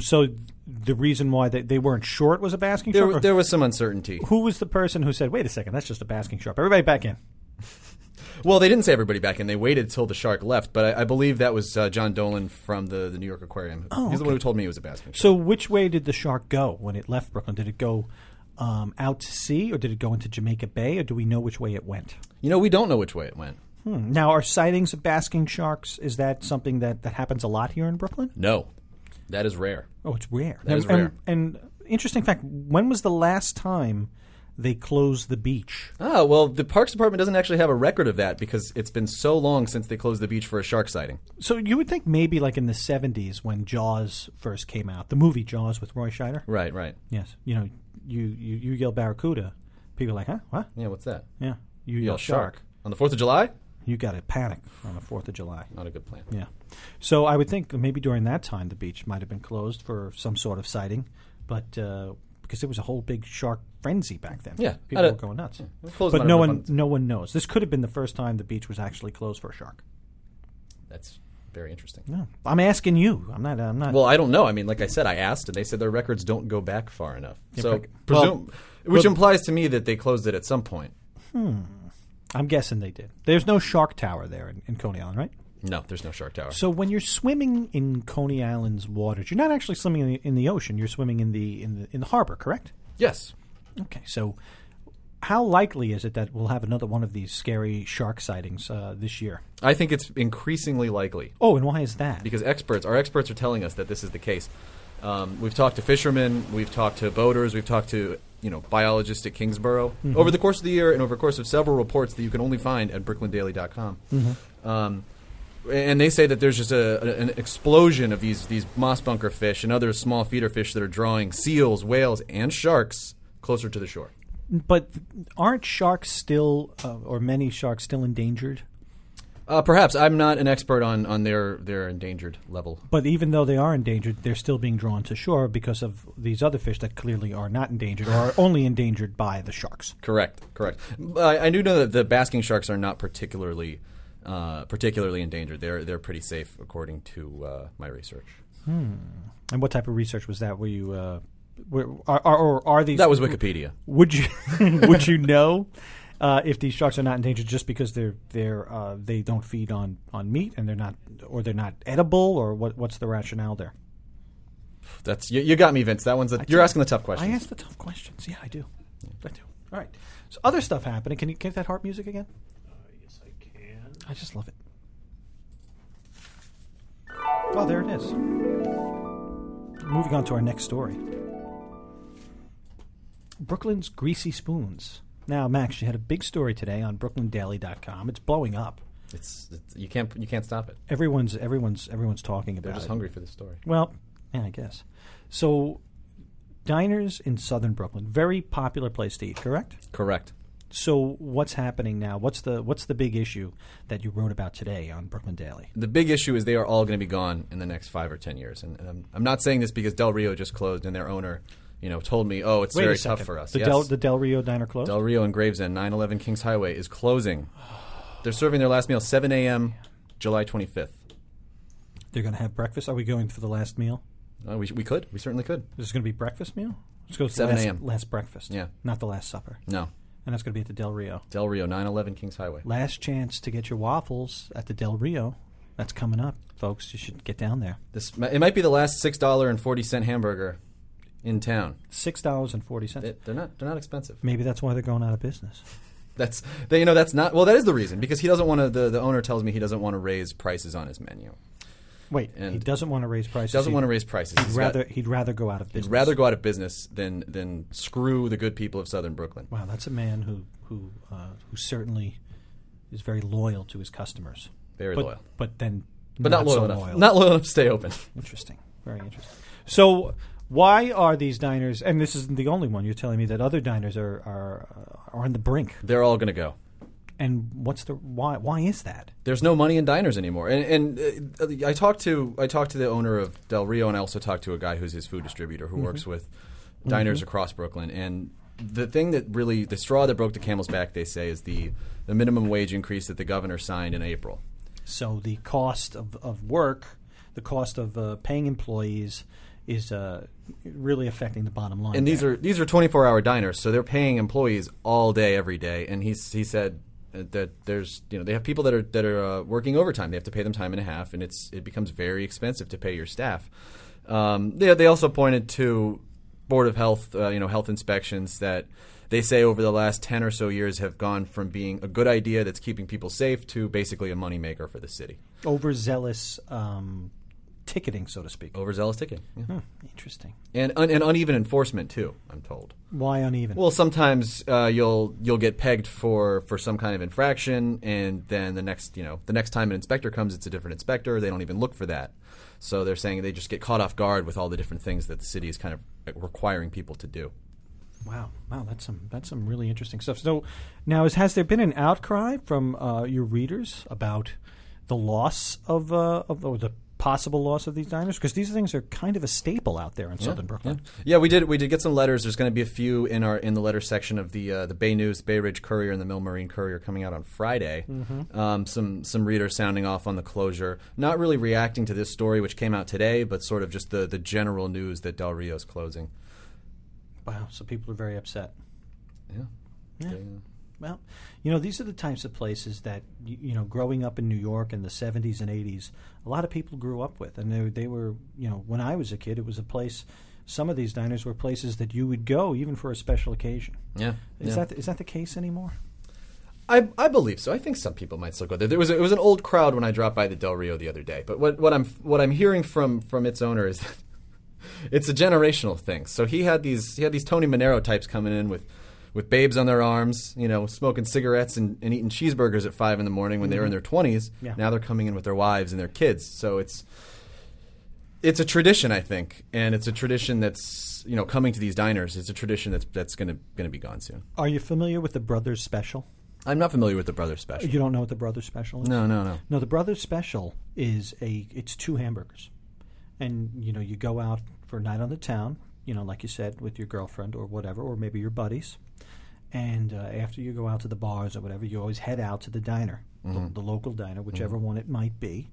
A: So the reason why they, they weren't sure it was a basking
B: there
A: shark. or
B: there was some uncertainty.
A: who was the person who said, "Wait a second, that's just a basking shark"? Everybody back in.
B: Well, they didn't say everybody back in. They waited till the shark left, but I, I believe that was uh, John Dolan from the, the New York Aquarium. He's the one who told me it was a basking shark.
A: So, which way did the shark go when it left Brooklyn? Did it go um, out to sea, or did it go into Jamaica Bay, or do we know which way it went?
B: You know, we don't know which way it went.
A: Hmm. Now, are sightings of basking sharks? Is that something that, that happens a lot here in Brooklyn?
B: No, that is rare.
A: Oh, it's rare.
B: That is
A: And-
B: rare.
A: And, and interesting fact: when was the last time they closed the beach?
B: Ah, well, the Parks Department doesn't actually have a record of that because it's been so long since they closed the beach for a shark sighting.
A: So you would think maybe like in the '70s when Jaws first came out, the movie Jaws with Roy Scheider.
B: Right, right.
A: Yes, you know, you you, you yell barracuda, people are like, huh, what?
B: Yeah, what's that?
A: Yeah, you
B: Yell
A: yell
B: shark. On the 4th of July?
A: You got to panic on the Fourth of July.
B: Not a good plan.
A: Yeah. So I would think maybe during that time the beach might have been closed for some sort of sighting, but uh, because there was a whole big shark frenzy back then.
B: Yeah.
A: People
B: I
A: were
B: don't-
A: going nuts.
B: It closed
A: But
B: on
A: no
B: a-
A: one, no one knows. This could have been the first time the beach was actually closed for a shark.
B: That's very interesting.
A: No, I'm asking you. I'm not. I'm not.
B: Well, I don't know. I mean, like I said, I asked, and they said their records don't go back far enough. so,
A: but-
B: presume,
A: well,
B: which
A: well-
B: implies to me that they closed it at some point.
A: I'm guessing they did. There's no shark tower there in, in Coney Island, right?
B: No, there's no Shark Tower.
A: So when you're swimming in Coney Island's waters, you're not actually swimming in the, in the ocean. You're swimming in the in the in the harbor, correct?
B: yes.
A: Okay, so how likely is it that we'll have another one of these scary shark sightings uh, this year?
B: I think it's increasingly likely
A: Oh, and why is that?
B: because experts, our experts are telling us that this is the case. Um, we've talked to fishermen, we've talked to boaters, we've talked to you know biologists at Kingsborough over the course of the year and over the course of several reports that you can only find at BrooklynDaily.com. Um, and they say that there's just a, a- an explosion of these these moss bunker fish and other small feeder fish that are drawing seals, whales, and sharks closer to the shore.
A: But aren't sharks still, uh, or many sharks still endangered?
B: Uh, perhaps I'm not an expert on, on their their endangered level.
A: But even though they are endangered, they're still being drawn to shore because of these other fish that clearly are not endangered or
B: [sighs]
A: are only endangered by the sharks.
B: Correct, correct. I, I do know that the basking sharks are not particularly uh, particularly endangered. They're they're pretty safe according to uh, my research.
A: And what type of research was that? Were you, uh, were, are, are, or are these?
B: That was Wikipedia.
A: Would you would you know uh, if these sharks are not endangered just because they're they're uh, they don't feed on, on meat and they're not or they're not edible or what what's the rationale there?
B: That's you, you got me, Vince. That one's a, you're asking the tough
A: I
B: questions.
A: ask the tough questions. Yeah, I do. I do. All right. So other stuff happening. Can you get that harp music again?
D: Uh, Yes, I can.
A: I just love it. Oh, there it is. moving on to our next story. Brooklyn's Greasy Spoons. Now, Max, you had a big story today on BrooklynDaily.com. It's blowing up.
B: It's, it's you can't you can't stop it.
A: Everyone's everyone's everyone's talking about
B: They're just
A: it.
B: hungry for this story.
A: Well, yeah, I guess. So, diners in southern Brooklyn, very popular place to eat, correct?
B: Correct.
A: So, what's happening now? What's the what's the big issue that you wrote about today on Brooklyn Daily?
B: The big issue is they are all going to be gone in the next five or ten years, and, and I'm, I'm not saying this because Del Rio just closed and their owner, you know, told me, oh, it's
A: Wait
B: very
A: a second.
B: tough for us.
A: The,
B: Yes.
A: Del, the Del Rio diner closed.
B: Del Rio and Gravesend, 911 Kings Highway, is closing. They're serving their last meal 7 a.m., July 25th.
A: They're going to have breakfast. Are we going for the last meal?
B: Uh, we, we could. We certainly could.
A: This is going to be breakfast meal. Let's go to
B: 7
A: the last,
B: a.m..
A: last breakfast.
B: Yeah.
A: not the last supper.
B: No.
A: And that's going to be at the Del Rio.
B: Del Rio, 911 Kings Highway.
A: Last chance to get your waffles at the Del Rio. That's coming up, folks. You should get down there.
B: This mi- It might be the last $6.40 hamburger in town.
A: Six dollars and forty cents.
B: They- They're not, they're not expensive.
A: Maybe that's why they're going out of business.
B: That's they, you know that's not well that is the reason because he doesn't want to the, the owner tells me he doesn't want to raise prices on his menu.
A: Wait, he
B: And-
A: doesn't want to raise prices.
B: He doesn't
A: He'd
B: want to raise prices. He's got-
A: rather he'd rather go out of business.
B: he'd rather go out of business than than screw the good people of Southern Brooklyn.
A: Wow, that's a man who who uh, who certainly is very loyal to his customers.
B: Very
A: but,
B: loyal.
A: but then
B: But not, loyal
A: so
B: enough.
A: loyal.
B: Not loyal enough to stay open.
A: Interesting. Very interesting. So, why are these diners? And this isn't the only one. You're telling me that other diners are are, uh, are on the brink.
B: They're all going to go.
A: And what's the why? Why is that?
B: there's no money in diners anymore. And, and uh, I talked to I talked to the owner of Del Rio, and I also talked to a guy who's his food distributor who works with diners across Brooklyn. And the thing that really the straw that broke the camel's back, they say, is the the minimum wage increase that the governor signed in April.
A: So the cost of, of work, the cost of uh, paying employees, is uh, really affecting the bottom line.
B: And these
A: there.
B: are these are 24 hour diners, so they're paying employees all day every day. And he's he said uh, that there's you know they have people that are that are uh, working overtime. They have to pay them time and a half, and it's it becomes very expensive to pay your staff. Um, they they also pointed to board of health uh, you know health inspections that. They say over the last 10 or so years have gone from being a good idea that's keeping people safe to basically a moneymaker for the city.
A: overzealous um, ticketing, so to speak.
B: Overzealous ticketing. Yeah.
A: Interesting.
B: And, un- and uneven enforcement, too, I'm told.
A: Why uneven?
B: Well, sometimes uh, you'll you'll get pegged for, for some kind of infraction, and then the next you know the next time an inspector comes, it's a different inspector. They don't even look for that, so they're saying they just get caught off guard with all the different things that the city is kind of requiring people to do.
A: wow, wow, that's some that's some really interesting stuff. So now, is, has there been an outcry from uh, your readers about the loss of uh, of or the possible loss of these diners? Because these things are kind of a staple out there in southern Brooklyn.
B: Yeah, we did we did get some letters. There's going to be a few in our in the letter section of the uh, the Bay News, Bay Ridge Courier, and the Mill Marine Courier coming out on Friday. Um, some some readers sounding off on the closure, not really reacting to this story which came out today, but sort of just the the general news that Del Rio's closing.
A: Wow, so people are very upset.
B: Yeah.
A: Yeah. Well, you know, these are the types of places that y- you know, growing up in New York in the '70s and '80s, a lot of people grew up with, and they they were, you know, when I was a kid, it was a place. Some of these diners were places that you would go even for a special occasion.
B: Yeah.
A: Is
B: yeah.
A: that is that the case anymore?
B: I, I believe so. I think some people might still go there. There was it was an old crowd when I dropped by the Del Rio the other day. But what, what I'm what I'm hearing from from its owner is that [laughs] it's a generational thing. So he had these he had these Tony Monero types coming in with with babes on their arms, you know, smoking cigarettes and, and eating cheeseburgers at five in the morning when they were in their twenties.
A: Yeah.
B: Now they're coming in with their wives and their kids. So it's it's a tradition, I think, and it's a tradition that's you know coming to these diners. It's a tradition that's that's gonna gonna be gone soon.
A: Are you familiar with the Brothers Special?
B: I'm not familiar with the brother special.
A: You don't know what the Brothers Special is?
B: No, no, no.
A: No, the Brothers Special is a it's two hamburgers. And you know, you go out for a night on the town, you know, like you said with your girlfriend or whatever or maybe your buddies. And uh, after you go out to the bars or whatever, you always head out to the diner, the, the local diner, whichever one it might be.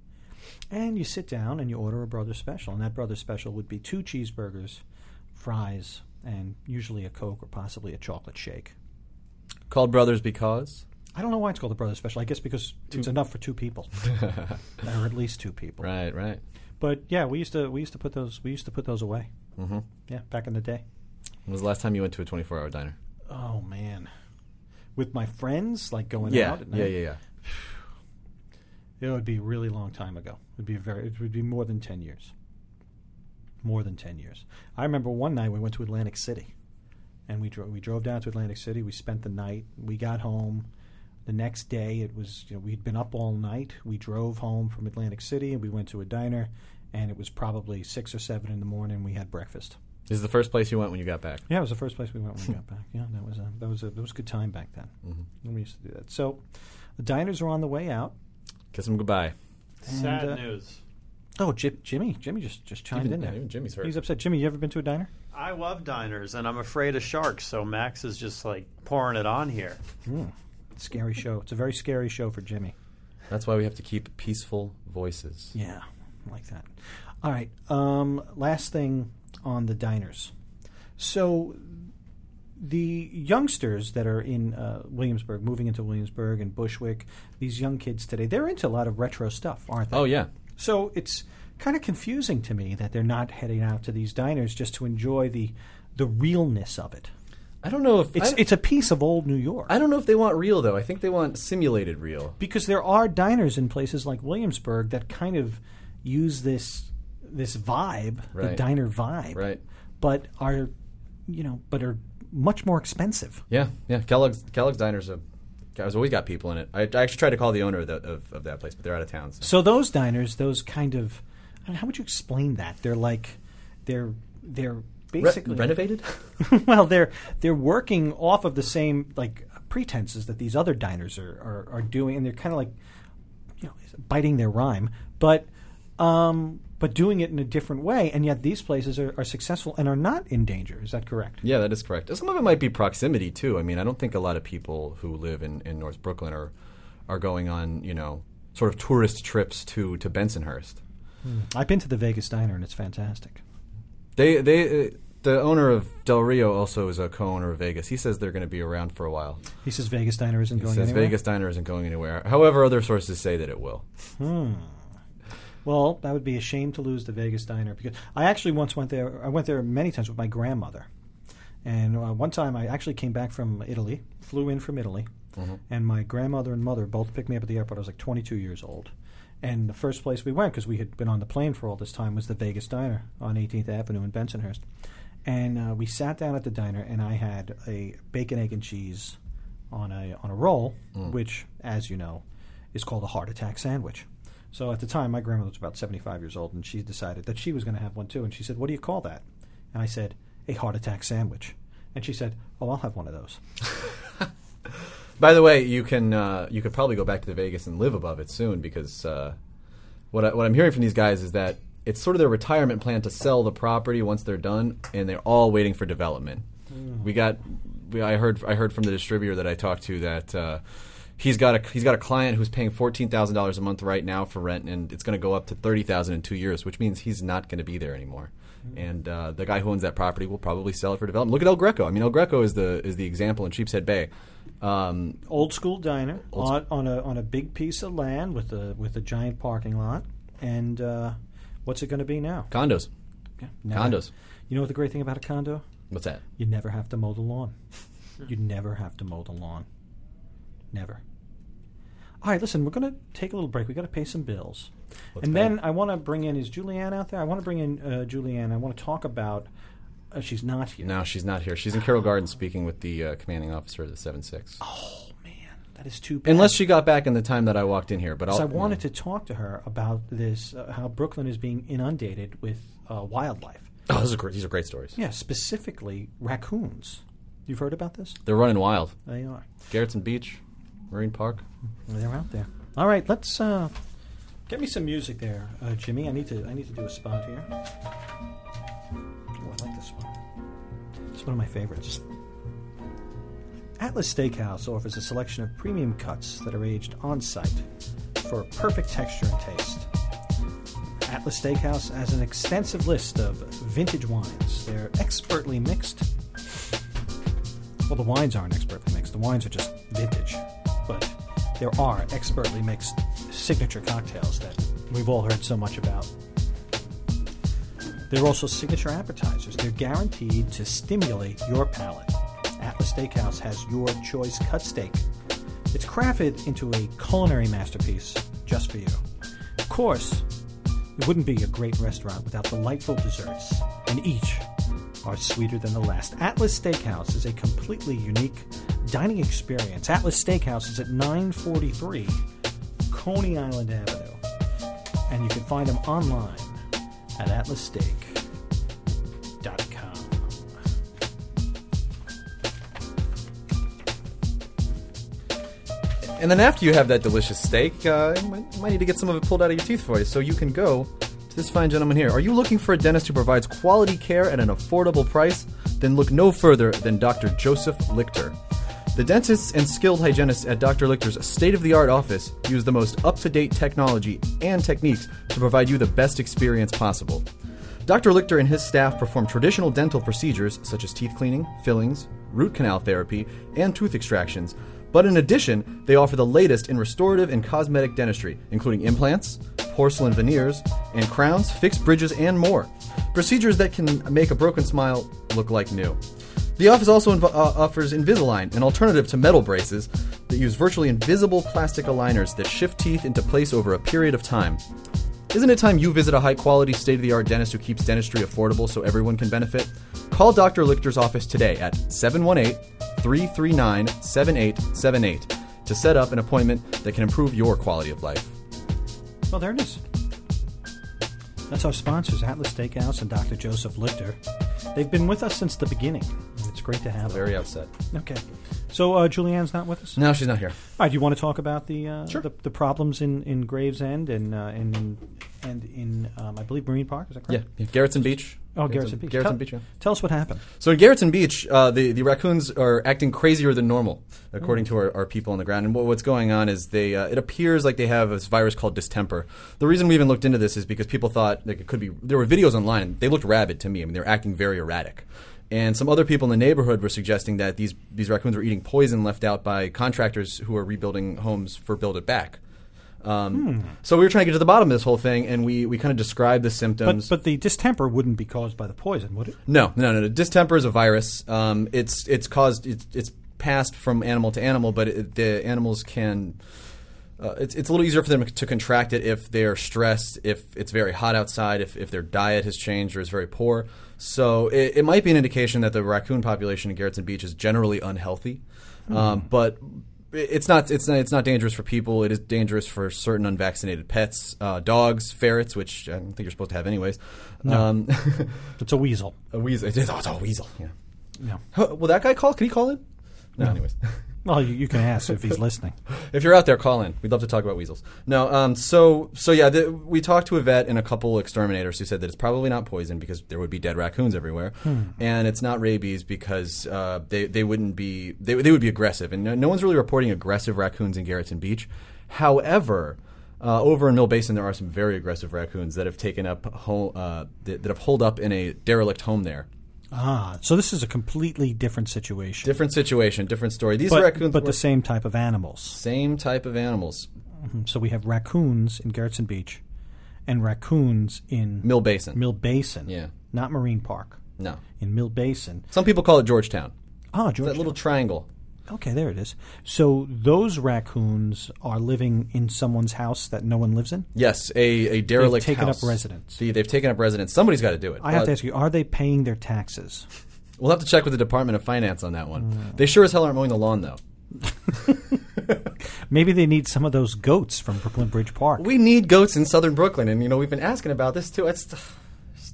A: And you sit down and you order a Brothers Special. And that Brothers Special would be two cheeseburgers, fries, and usually a Coke or possibly a chocolate shake.
B: Called Brothers because
A: I don't know why it's called the Brothers Special. I guess because it's enough for two people, or at least two people.
B: right, right.
A: But yeah, we used to we used to put those we used to put those away. Mm-hmm. Yeah, back in the day.
B: When was the last time you went to a 24-hour diner?
A: Oh man, with my friends, like going out. at night,
B: yeah, yeah, yeah.
A: It would be a really long time ago. It would be a very. It would be more than ten years. more than ten years. I remember one night we went to Atlantic City, and we drove we drove down to Atlantic City. We spent the night. We got home. The next day, it was you know, we'd been up all night. We drove home from Atlantic City, and we went to a diner, and it was probably six or seven in the morning. We had breakfast.
B: This is the first place you went when you got back.
A: Yeah, it was the first place we went
B: [laughs]
A: when we got back. Yeah, that was a that was a that was a good time back then.
B: Mm-hmm.
A: When we used to do that. So, the diners are on the way out.
B: Kiss them goodbye.
F: Sad
A: uh,
F: news.
A: Oh, Jim, Jimmy, Jimmy just just chimed
B: Even-
A: in there.
B: yeah, even Jimmy's hurt.
A: He's upset. Jimmy, you ever been to a diner?
F: I love diners, and I'm afraid of sharks, so Max is just like pouring it on here.
B: Hmm.
A: It's a
B: [laughs]
A: scary show. It's a very scary show for Jimmy.
B: That's why we have to keep peaceful voices.
A: Yeah, I like that. All right. Um, last thing on the diners. So the youngsters that are in uh, Williamsburg, moving into Williamsburg and Bushwick, these young kids today, they're into a lot of retro stuff, aren't they?
B: Oh yeah.
A: So it's kind of confusing to me that they're not heading out to these diners just to enjoy the the realness of it.
B: I don't know if
A: It's
B: I,
A: it's a piece of old New York.
B: I don't know if they want real though. I think they want simulated real.
A: because there are diners in places like Williamsburg that kind of use this this vibe, the
B: Right.
A: diner vibe,
B: Right.
A: But are you know, but are much more expensive.
B: Yeah, yeah. Kellogg's Kellogg's Diner's a. I've always got people in it. I, I actually tried to call the owner of, the, of, of that place, but they're out of town. So.
A: So those diners, those kind of, I mean, how would you explain that? They're like, they're they're
B: Re-
A: basically
B: renovated?
A: [laughs]
B: [laughs]
A: well, they're they're working off of the same like pretenses that these other diners are are, are doing, and they're kind of like you know biting their rhyme, but um, but doing it in a different way, and yet these places are, are successful and are not in danger. Is that correct?
B: yeah, that is correct. Some of it might be proximity too. I mean, I don't think a lot of people who live in, in North Brooklyn are are going on you know sort of tourist trips to to Bensonhurst.
A: I've been to the Vegas diner, and it's fantastic.
B: They they. Uh, the owner of Del Rio also is a co-owner of Vegas. He says they're going to be around for a while.
A: He says Vegas diner isn't
B: He
A: going
B: says
A: anywhere.
B: Vegas Diner isn't going anywhere. However, other sources say that it will.
A: Hmm. Well, that would be a shame to lose the Vegas diner because I actually once went there. I went there many times with my grandmother, and uh, one time I actually came back from Italy, flew in from Italy, and my grandmother and mother both picked me up at the airport. I was like 22 years old, and the first place we went because we had been on the plane for all this time was the Vegas diner on 18th Avenue in Bensonhurst, and uh, we sat down at the diner, and I had a bacon, egg, and cheese on a on a roll, which, as you know, is called a heart attack sandwich. So at the time, my grandmother was about 75 years old, and she decided that she was going to have one too. And she said, "What do you call that?" And I said, "A heart attack sandwich." And she said, "Oh, I'll have one of those."
B: By the way, you can uh, you could probably go back to the Vegas and live above it soon because uh, what I, what I'm hearing from these guys is that it's sort of their retirement plan to sell the property once they're done, and they're all waiting for development. We got we, I heard I heard from the distributor that I talked to that. Uh, He's got a he's got a client who's paying fourteen thousand dollars a month right now for rent, and it's going to go up to thirty thousand in two years, which means he's not going to be there anymore. And uh, the guy who owns that property will probably sell it for development. Look at El Greco. I mean, El Greco is the is the example in Sheepshead Bay. Um,
A: Old school diner on, on a on a big piece of land with a with a giant parking lot. And uh, what's it going to be now?
B: Condos.
A: Never.
B: Condos.
A: You know what the great thing about a condo?
B: What's that?
A: You never have to mow the lawn. You never have to mow the lawn. Never. All right, listen, we're going to take a little break. we got to pay some bills. and
B: pay
A: then I want to bring in, is Julianne out there? I want to bring in uh, Julianne. I want to talk about, uh, she's not here.
B: No, she's not here. She's in Carroll Garden speaking with the uh, commanding officer of the 7 6.
A: Oh, Man, that is too bad.
B: Unless she got back in the time that I walked in here, but I'll,
A: I wanted to talk to her about this, uh, how Brooklyn is being inundated with uh, wildlife.
B: Oh, those are great, these are great stories.
A: Yeah, specifically raccoons. You've heard about this?
B: They're running wild.
A: They are.
B: Garrettson Beach, Marine Park.
A: They're out there. All right, let's uh, get me some music there, uh, Jimmy. I need to I need to do a spot here. Oh, I like this one. It's one of my favorites. Atlas Steakhouse offers a selection of premium cuts that are aged on site for perfect texture and taste. Atlas Steakhouse has an extensive list of vintage wines. They're expertly mixed well, the wines aren't expertly mixed. The wines are just vintage. But there are expertly mixed signature cocktails that we've all heard so much about. They're also signature appetizers. They're guaranteed to stimulate your palate. Atlas Steakhouse has your choice cut steak. It's crafted into a culinary masterpiece just for you. Of course, It wouldn't be a great restaurant without delightful desserts, and each are sweeter than the last. Atlas Steakhouse is a completely unique dining experience. Atlas Steakhouse is at 943 Coney Island Avenue, and you can find them online at atlassteak.com.
B: And then after you have that delicious steak, uh, you might, you might need to get some of it pulled out of your teeth for you. So you can go to this fine gentleman here. Are you looking for a dentist who provides quality care at an affordable price? Then look no further than Dr. Joseph Lichter. The dentists and skilled hygienists at Dr. Lichter's state of the art office use the most up to date technology and techniques to provide you the best experience possible. Dr. Lichter and his staff perform traditional dental procedures such as teeth cleaning, fillings, root canal therapy, and tooth extractions. But in addition, they offer the latest in restorative and cosmetic dentistry, including implants, porcelain veneers, and crowns, fixed bridges, and more. Procedures that can make a broken smile look like new. The office also inv- uh, offers Invisalign, an alternative to metal braces that use virtually invisible plastic aligners that shift teeth into place over a period of time. Isn't it time you visit a high quality, state of the art dentist who keeps dentistry affordable so everyone can benefit? Call Dr. Lichter's office today at 718 339 7878 to set up an appointment that can improve your quality of life.
A: Well, there it is. That's our sponsors, Atlas Steakhouse and Dr. Joseph Lichter. They've been with us since the beginning. and It's great to have them.
B: Very upset.
A: Okay. So uh, Julianne's not with us?
B: No, she's not here.
A: All right, do you want to talk about the uh,
B: Sure.
A: the, the problems in, in Gravesend and uh, and in, and in um, I believe Marine Park? Is that
B: Yeah,
A: correct?
B: yeah, Garrettson Beach.
A: Oh, Garrison Beach.
B: Garrettson
A: tell,
B: Beach, yeah. Um,
A: Tell us what happened.
B: So in Garrettson Beach, uh, the the raccoons are acting crazier than normal, according
A: Mm.
B: to our, our people on the ground. And what, what's going on is they uh, it appears like they have this virus called distemper. The reason we even looked into this is because people thought like it could be there were videos online. and They looked rabid to me. I mean, they were acting very erratic. And some other people in the neighborhood were suggesting that these these raccoons were eating poison left out by contractors who are rebuilding homes for Build It Back. Um, So we were trying to get to the bottom of this whole thing, and we, we kind of described the symptoms.
A: Hmm. But but the distemper wouldn't be caused by the poison, would it?
B: No, no, no, no. Distemper is a virus. Um, it's it's caused it's it's passed from animal to animal, but it, the animals can. Uh, it's, it's a little easier for them to contract it if they're stressed, if it's very hot outside, if, if their diet has changed or is very poor. So it, it might be an indication that the raccoon population in Garrettson Beach is generally unhealthy. Um, but it- it's not it's not it's not dangerous for people. It is dangerous for certain unvaccinated pets, uh, dogs, ferrets, which I don't think you're supposed to have anyways. Um, [laughs]
A: It's a weasel.
B: A weasel. It's, it's a weasel. Yeah.
A: No.
B: Huh, Will that guy call? Can he call in? No. Anyways, [laughs]
A: Well, you, you can ask if he's listening.
B: if you're out there, call in. We'd love to talk about weasels. No. Um. So so yeah, the, we talked to a vet and a couple exterminators who said that it's probably not poison because there would be dead raccoons everywhere, and it's not rabies because uh, they they wouldn't be they they would be aggressive, and no, no one's really reporting aggressive raccoons in Garrettson Beach. However. Uh, over in Mill Basin, there are some very aggressive raccoons that have taken up hol- uh, that, that have holed up in a derelict home there.
A: Ah, so this is a completely different situation.
B: Different situation, different story. These
A: but,
B: raccoons
A: but
B: were
A: the same type of animals. Hmm,
B: same type of animals.
A: So we have raccoons in Garrettson Beach, and raccoons in
B: Mill Basin.
A: Mill Basin.
B: Yeah.
A: Not Marine Park.
B: No.
A: In Mill Basin.
B: Some people call it Georgetown.
A: Ah, George.
B: That little triangle.
A: Okay, there it is. So those raccoons are living in someone's house that no one lives in.
B: Yes, a, a derelict
A: They've taken
B: house.
A: up residence.
B: See, they've taken up residence. Somebody's got to do it.
A: I have
B: But
A: to ask you: Are they paying their taxes?
B: We'll have to check with the Department of Finance on that one.
A: Mm.
B: They sure as hell aren't mowing the lawn, though.
A: Maybe they need some of those goats from Brooklyn Bridge Park.
B: We need goats in southern Brooklyn, and, you know, we've been asking about this, too. It's,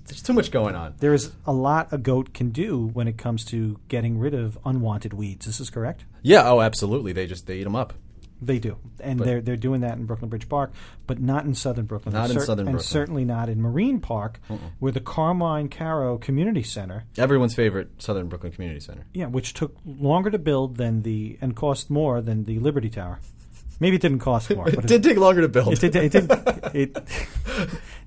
B: there's too much going on.
A: there is a lot a goat can do when it comes to getting rid of unwanted weeds. This is correct.
B: Yeah, oh, absolutely. They just they eat them up.
A: They do, and they're they're doing that in Brooklyn Bridge Park, but not in Southern Brooklyn.
B: Not
A: and
B: in Southern
A: and
B: Brooklyn.
A: certainly not in Marine Park, where the Carmine Caro Community Center,
B: Everyone's favorite southern Brooklyn Community Center.
A: yeah, which took longer to build than the and cost more than the Liberty Tower. Maybe it didn't cost more, but
B: [laughs] It did take longer to build.
A: It did. It did. It, [laughs]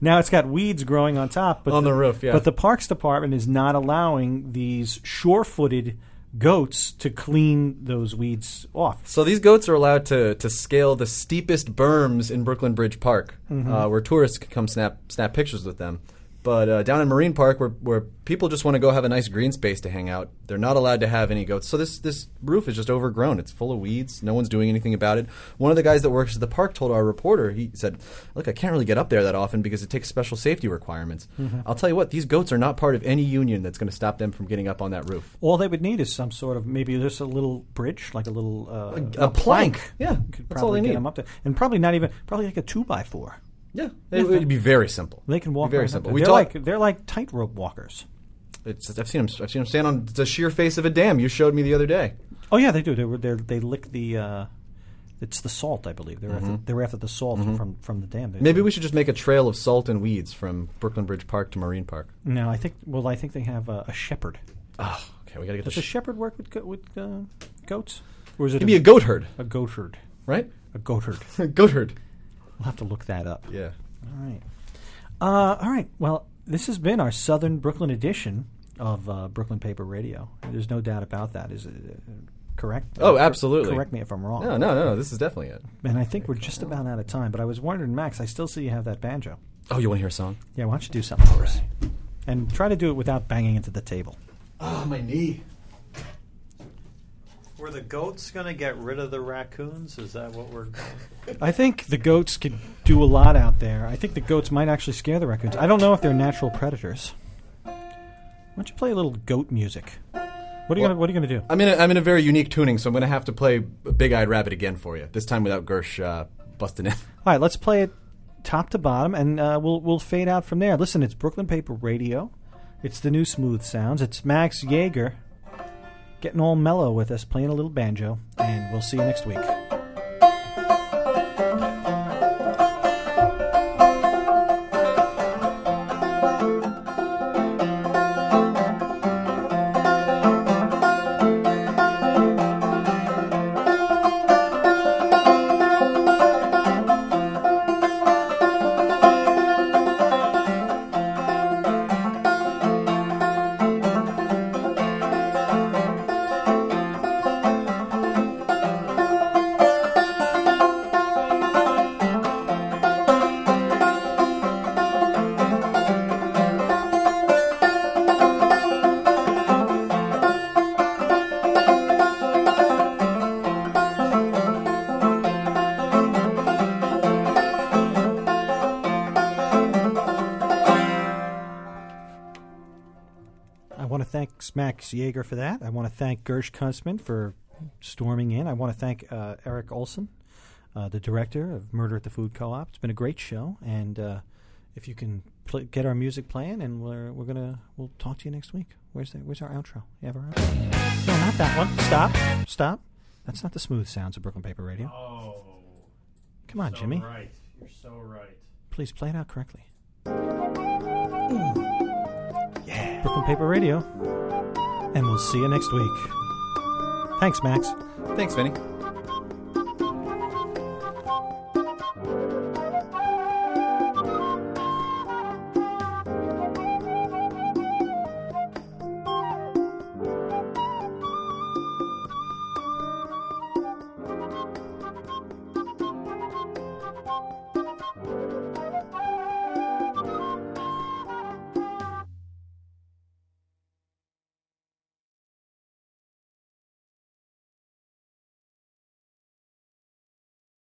A: now it's got weeds growing on top, but
B: On the roof, yeah.
A: But the Parks Department is not allowing these sure-footed goats to clean those weeds off.
B: So these goats are allowed to, to scale the Mm-hmm. steepest berms in Brooklyn Bridge Park, uh, where tourists can come snap snap pictures with them. But uh, down in Marine Park, where, where people just want to go have a nice green space to hang out, they're not allowed to have any goats. So this this roof is just overgrown. It's full of weeds. No one's doing anything about it. One of the guys that works at the park told our reporter, he said, "Look, I can't really get up there that often because it takes special safety requirements. I'll tell you what, these goats are not part of any union that's going to stop them from getting up on that roof.
A: All they would need is some sort of maybe just a little bridge, like a little uh, a,
B: plank. Yeah,
A: could
B: that's all
A: probably
B: they
A: get
B: need.
A: them up there, and probably not even probably like a two by four.
B: Yeah, it would be very simple.
A: They can
B: Be
A: walk
B: very
A: right up
B: simple.
A: there.
B: We
A: they're
B: talk,
A: like they're like tightrope walkers.
B: it's, I've seen them. I've seen them stand on the sheer face of a dam. You showed me the other day.
A: Oh yeah, they do. They were they're, they lick the. Uh, it's the salt, I believe. They're after, they're after the salt from from the dam. They-
B: Mm-hmm. Maybe we should just make a trail of salt and weeds from Brooklyn Bridge Park to Marine Park.
A: no, I think. Well, I think they have a, a shepherd.
B: Oh, okay, we gotta get
A: Does
B: the
A: a
B: sh-
A: shepherd work with go- with uh, goats, or is it
B: Maybe a goat herd,
A: a goat herd?
B: right? [laughs]
A: A goat herd.
B: goat herd.
A: we'll have to look that up.
B: Yeah.
A: All right. Uh, all right. Well, this has been our Southern Brooklyn edition of uh, Brooklyn Paper Radio. There's no doubt about that. Is it uh, correct?
B: Oh,
A: Cor-
B: absolutely.
A: Correct me if I'm wrong.
B: No, no, no. This is definitely it.
A: And I think we're just about out of time. But I was wondering, Max. I still see you have that banjo.
B: Oh, you want to hear a song?
A: Yeah, why don't you do something for us? And try to do it without banging into the table.
B: Oh, my knee.
F: Were the goats going to get rid of the raccoons? Is that what we're.
A: I think the goats could do a lot out there. I think the goats might actually scare the raccoons. I don't know if they're natural predators. Why don't you play a little goat music? What are you
B: Well-
A: gonna What are you gonna do?
B: I'm in. A, I'm in a very unique tuning, so I'm gonna have to play Big Eyed Rabbit again for you. This time without Gersh uh, busting in. [laughs]
A: All right, let's play it top to bottom, and uh, we'll we'll fade out from there. Listen, it's Brooklyn Paper Radio. It's the new smooth sounds. It's Max Yeager getting all mellow with us, playing a little banjo, and we'll see you next week. I want to thank Max Yeager for that. I want to thank Gersh Kunstman for storming in. I want to thank uh, Eric Olson, uh, the director of Murder at the Food Co-op. It's been a great show, and uh, if you can pl- get our music playing, and we're we're gonna we'll talk to you next week. Where's the, where's our outro? You have our outro? No, not that one. Stop, stop. That's not the smooth sounds of Brooklyn Paper Radio.
E: Oh,
A: Come on, Jimmy.
E: right. You're so right.
A: Please play it out correctly. Yeah. Brooklyn Paper Radio. And we'll see you next week. Thanks, Max.
B: Thanks, Vinny.